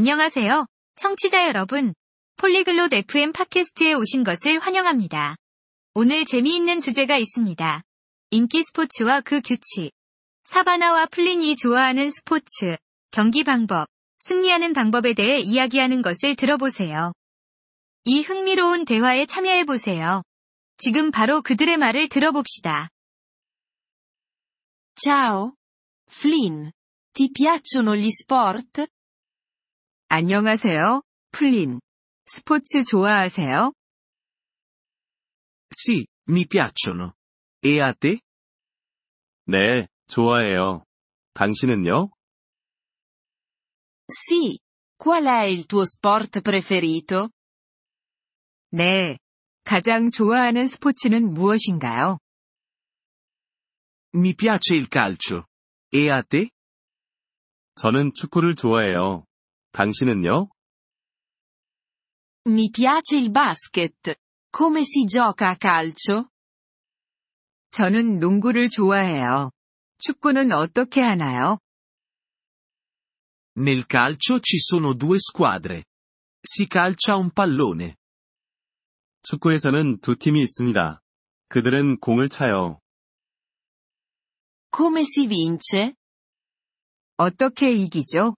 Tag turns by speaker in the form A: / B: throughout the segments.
A: 안녕하세요, 청취자 여러분. 폴리글롯 FM 팟캐스트에 오신 것을 환영합니다. 오늘 재미있는 주제가 있습니다. 인기 스포츠와 그 규칙. 사바나와 플린이 좋아하는 스포츠, 경기 방법, 승리하는 방법에 대해 이야기하는 것을 들어보세요. 이 흥미로운 대화에 참여해보세요. 지금 바로 그들의 말을 들어봅시다.
B: Ciao. Flynn. Ti piacciono gli sport?
A: 안녕하세요, 플린. 스포츠 좋아하세요?
C: Sì, mi piacciono. E a te?
D: 네, 좋아해요. 당신은요?
B: Sì. Qual è il tuo sport preferito?
A: 네. 가장 좋아하는 스포츠는 무엇인가요?
C: Mi piace il calcio. E a te?
D: 저는 축구를 좋아해요. 당신은요?
B: Mi piace il basket. Come si gioca a calcio?
A: 저는 농구를 좋아해요. 축구는 어떻게 하나요?
C: Nel calcio ci sono due squadre. Si calcia un pallone.
D: 축구에서는 두 팀이 있습니다. 그들은 공을 차요.
B: Come si vince?
A: 어떻게 이기죠?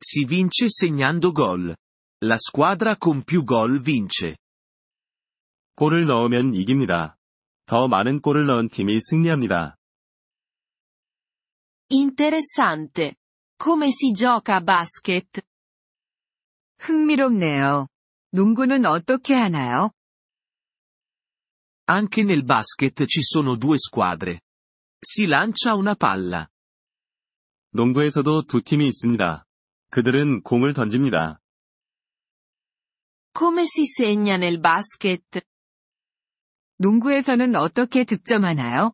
C: Si vince segnando gol. La squadra con più gol vince.
D: 골을 넣으면 이깁니다. 더 많은 골을 넣은 팀이 승리합니다.
B: Interessante. Come si gioca a basket?
A: 흥미롭네요. 농구는 어떻게 하나요?
C: Anche nel basket ci sono due squadre. Si lancia una palla.
D: 농구에서도 두 팀이 있습니다. 그들은 공을 던집니다.
B: Come si segna nel basket?
A: 농구에서는 어떻게 득점하나요?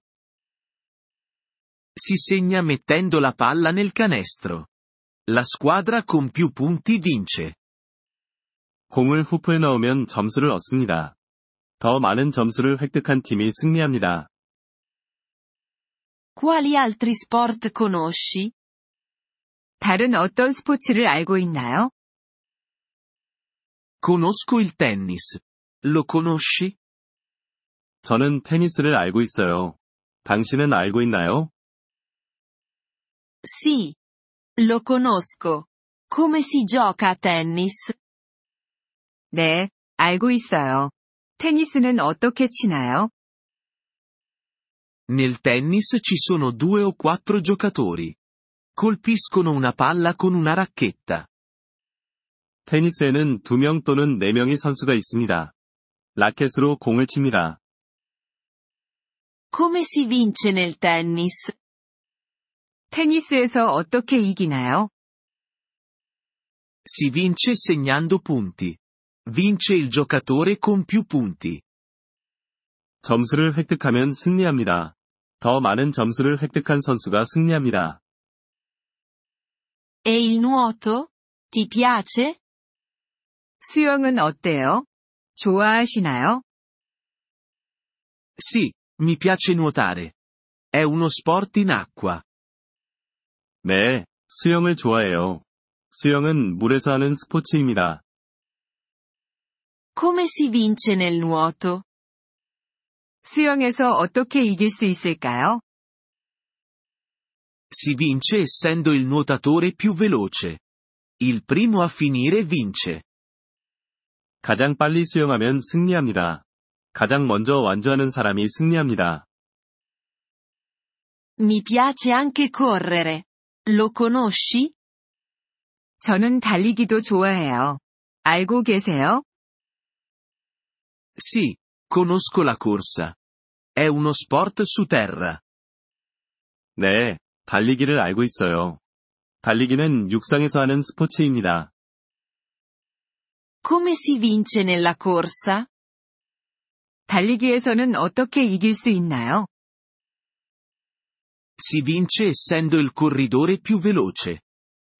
C: Si segna mettendo la palla nel canestro. La squadra con più punti vince.
D: 공을 후프에 넣으면 점수를 얻습니다. 더 많은 점수를 획득한 팀이 승리합니다.
B: Quali altri sport conosci?
A: 다른 어떤 스포츠를 알고 있나요?
C: Conosco il tennis. Lo conosci?
D: 저는 테니스를 알고 있어요. 당신은 알고 있나요?
B: Sì. Lo conosco. Come si gioca a tennis?
A: 네, 알고 있어요. 테니스는 어떻게 치나요?
C: Nel tennis ci sono due o quattro giocatori. Colpiscono una palla con una racchetta.
D: 테니스에는 두 명 또는 네 명의 선수가 있습니다. 라켓으로 공을 칩니다.
B: Come si vince nel tennis?
A: 테니스에서 어떻게 이기나요?
C: Si vince segnando punti. Vince il giocatore con più punti.
D: 점수를 획득하면 승리합니다. 더 많은 점수를 획득한 선수가 승리합니다.
B: E il nuoto? Ti piace?
A: 수영은 어때요? 좋아하시나요?
C: Sì, mi piace nuotare. È uno sport in acqua.
D: 네, 수영을 좋아해요. 수영은 물에서 하는 스포츠입니다.
B: Come si vince nel nuoto?
A: 수영에서 어떻게 이길 수 있을까요?
C: Si vince essendo il nuotatore più veloce. Il primo a finire vince.
D: 가장 빨리 수영하면 승리합니다. 가장 먼저 완주하는 사람이 승리합니다.
B: Mi piace anche correre. Lo conosci?
A: 저는 달리기도 좋아해요. 알고 계세요?
C: Sì, conosco la corsa. È uno sport su terra.
D: 네, 달리기를 알고 있어요. 달리기는 육상에서 하는 스포츠입니다.
B: Come si vince nella corsa?
A: 달리기에서는 어떻게 이길 수 있나요?
C: Si vince essendo il corridore più veloce.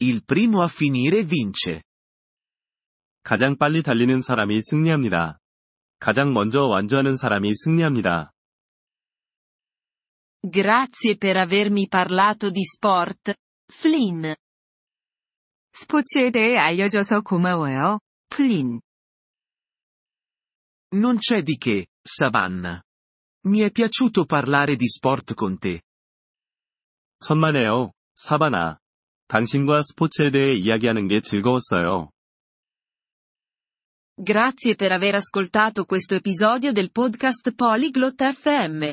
C: Il primo a finire vince.
D: 가장 빨리 달리는 사람이 승리합니다. 가장 먼저 완주하는 사람이 승리합니다.
B: Grazie per avermi parlato di sport, Flynn. 스포츠에 대해 알려줘서 고마워요, 플린.
C: Non c'è di che, Savannah. Mi è piaciuto parlare di sport con te.
D: 천만에요, 사바나. 당신과 스포츠에 대해 이야기하는 게 즐거웠어요.
B: Grazie per aver ascoltato questo episodio del podcast Polyglot FM.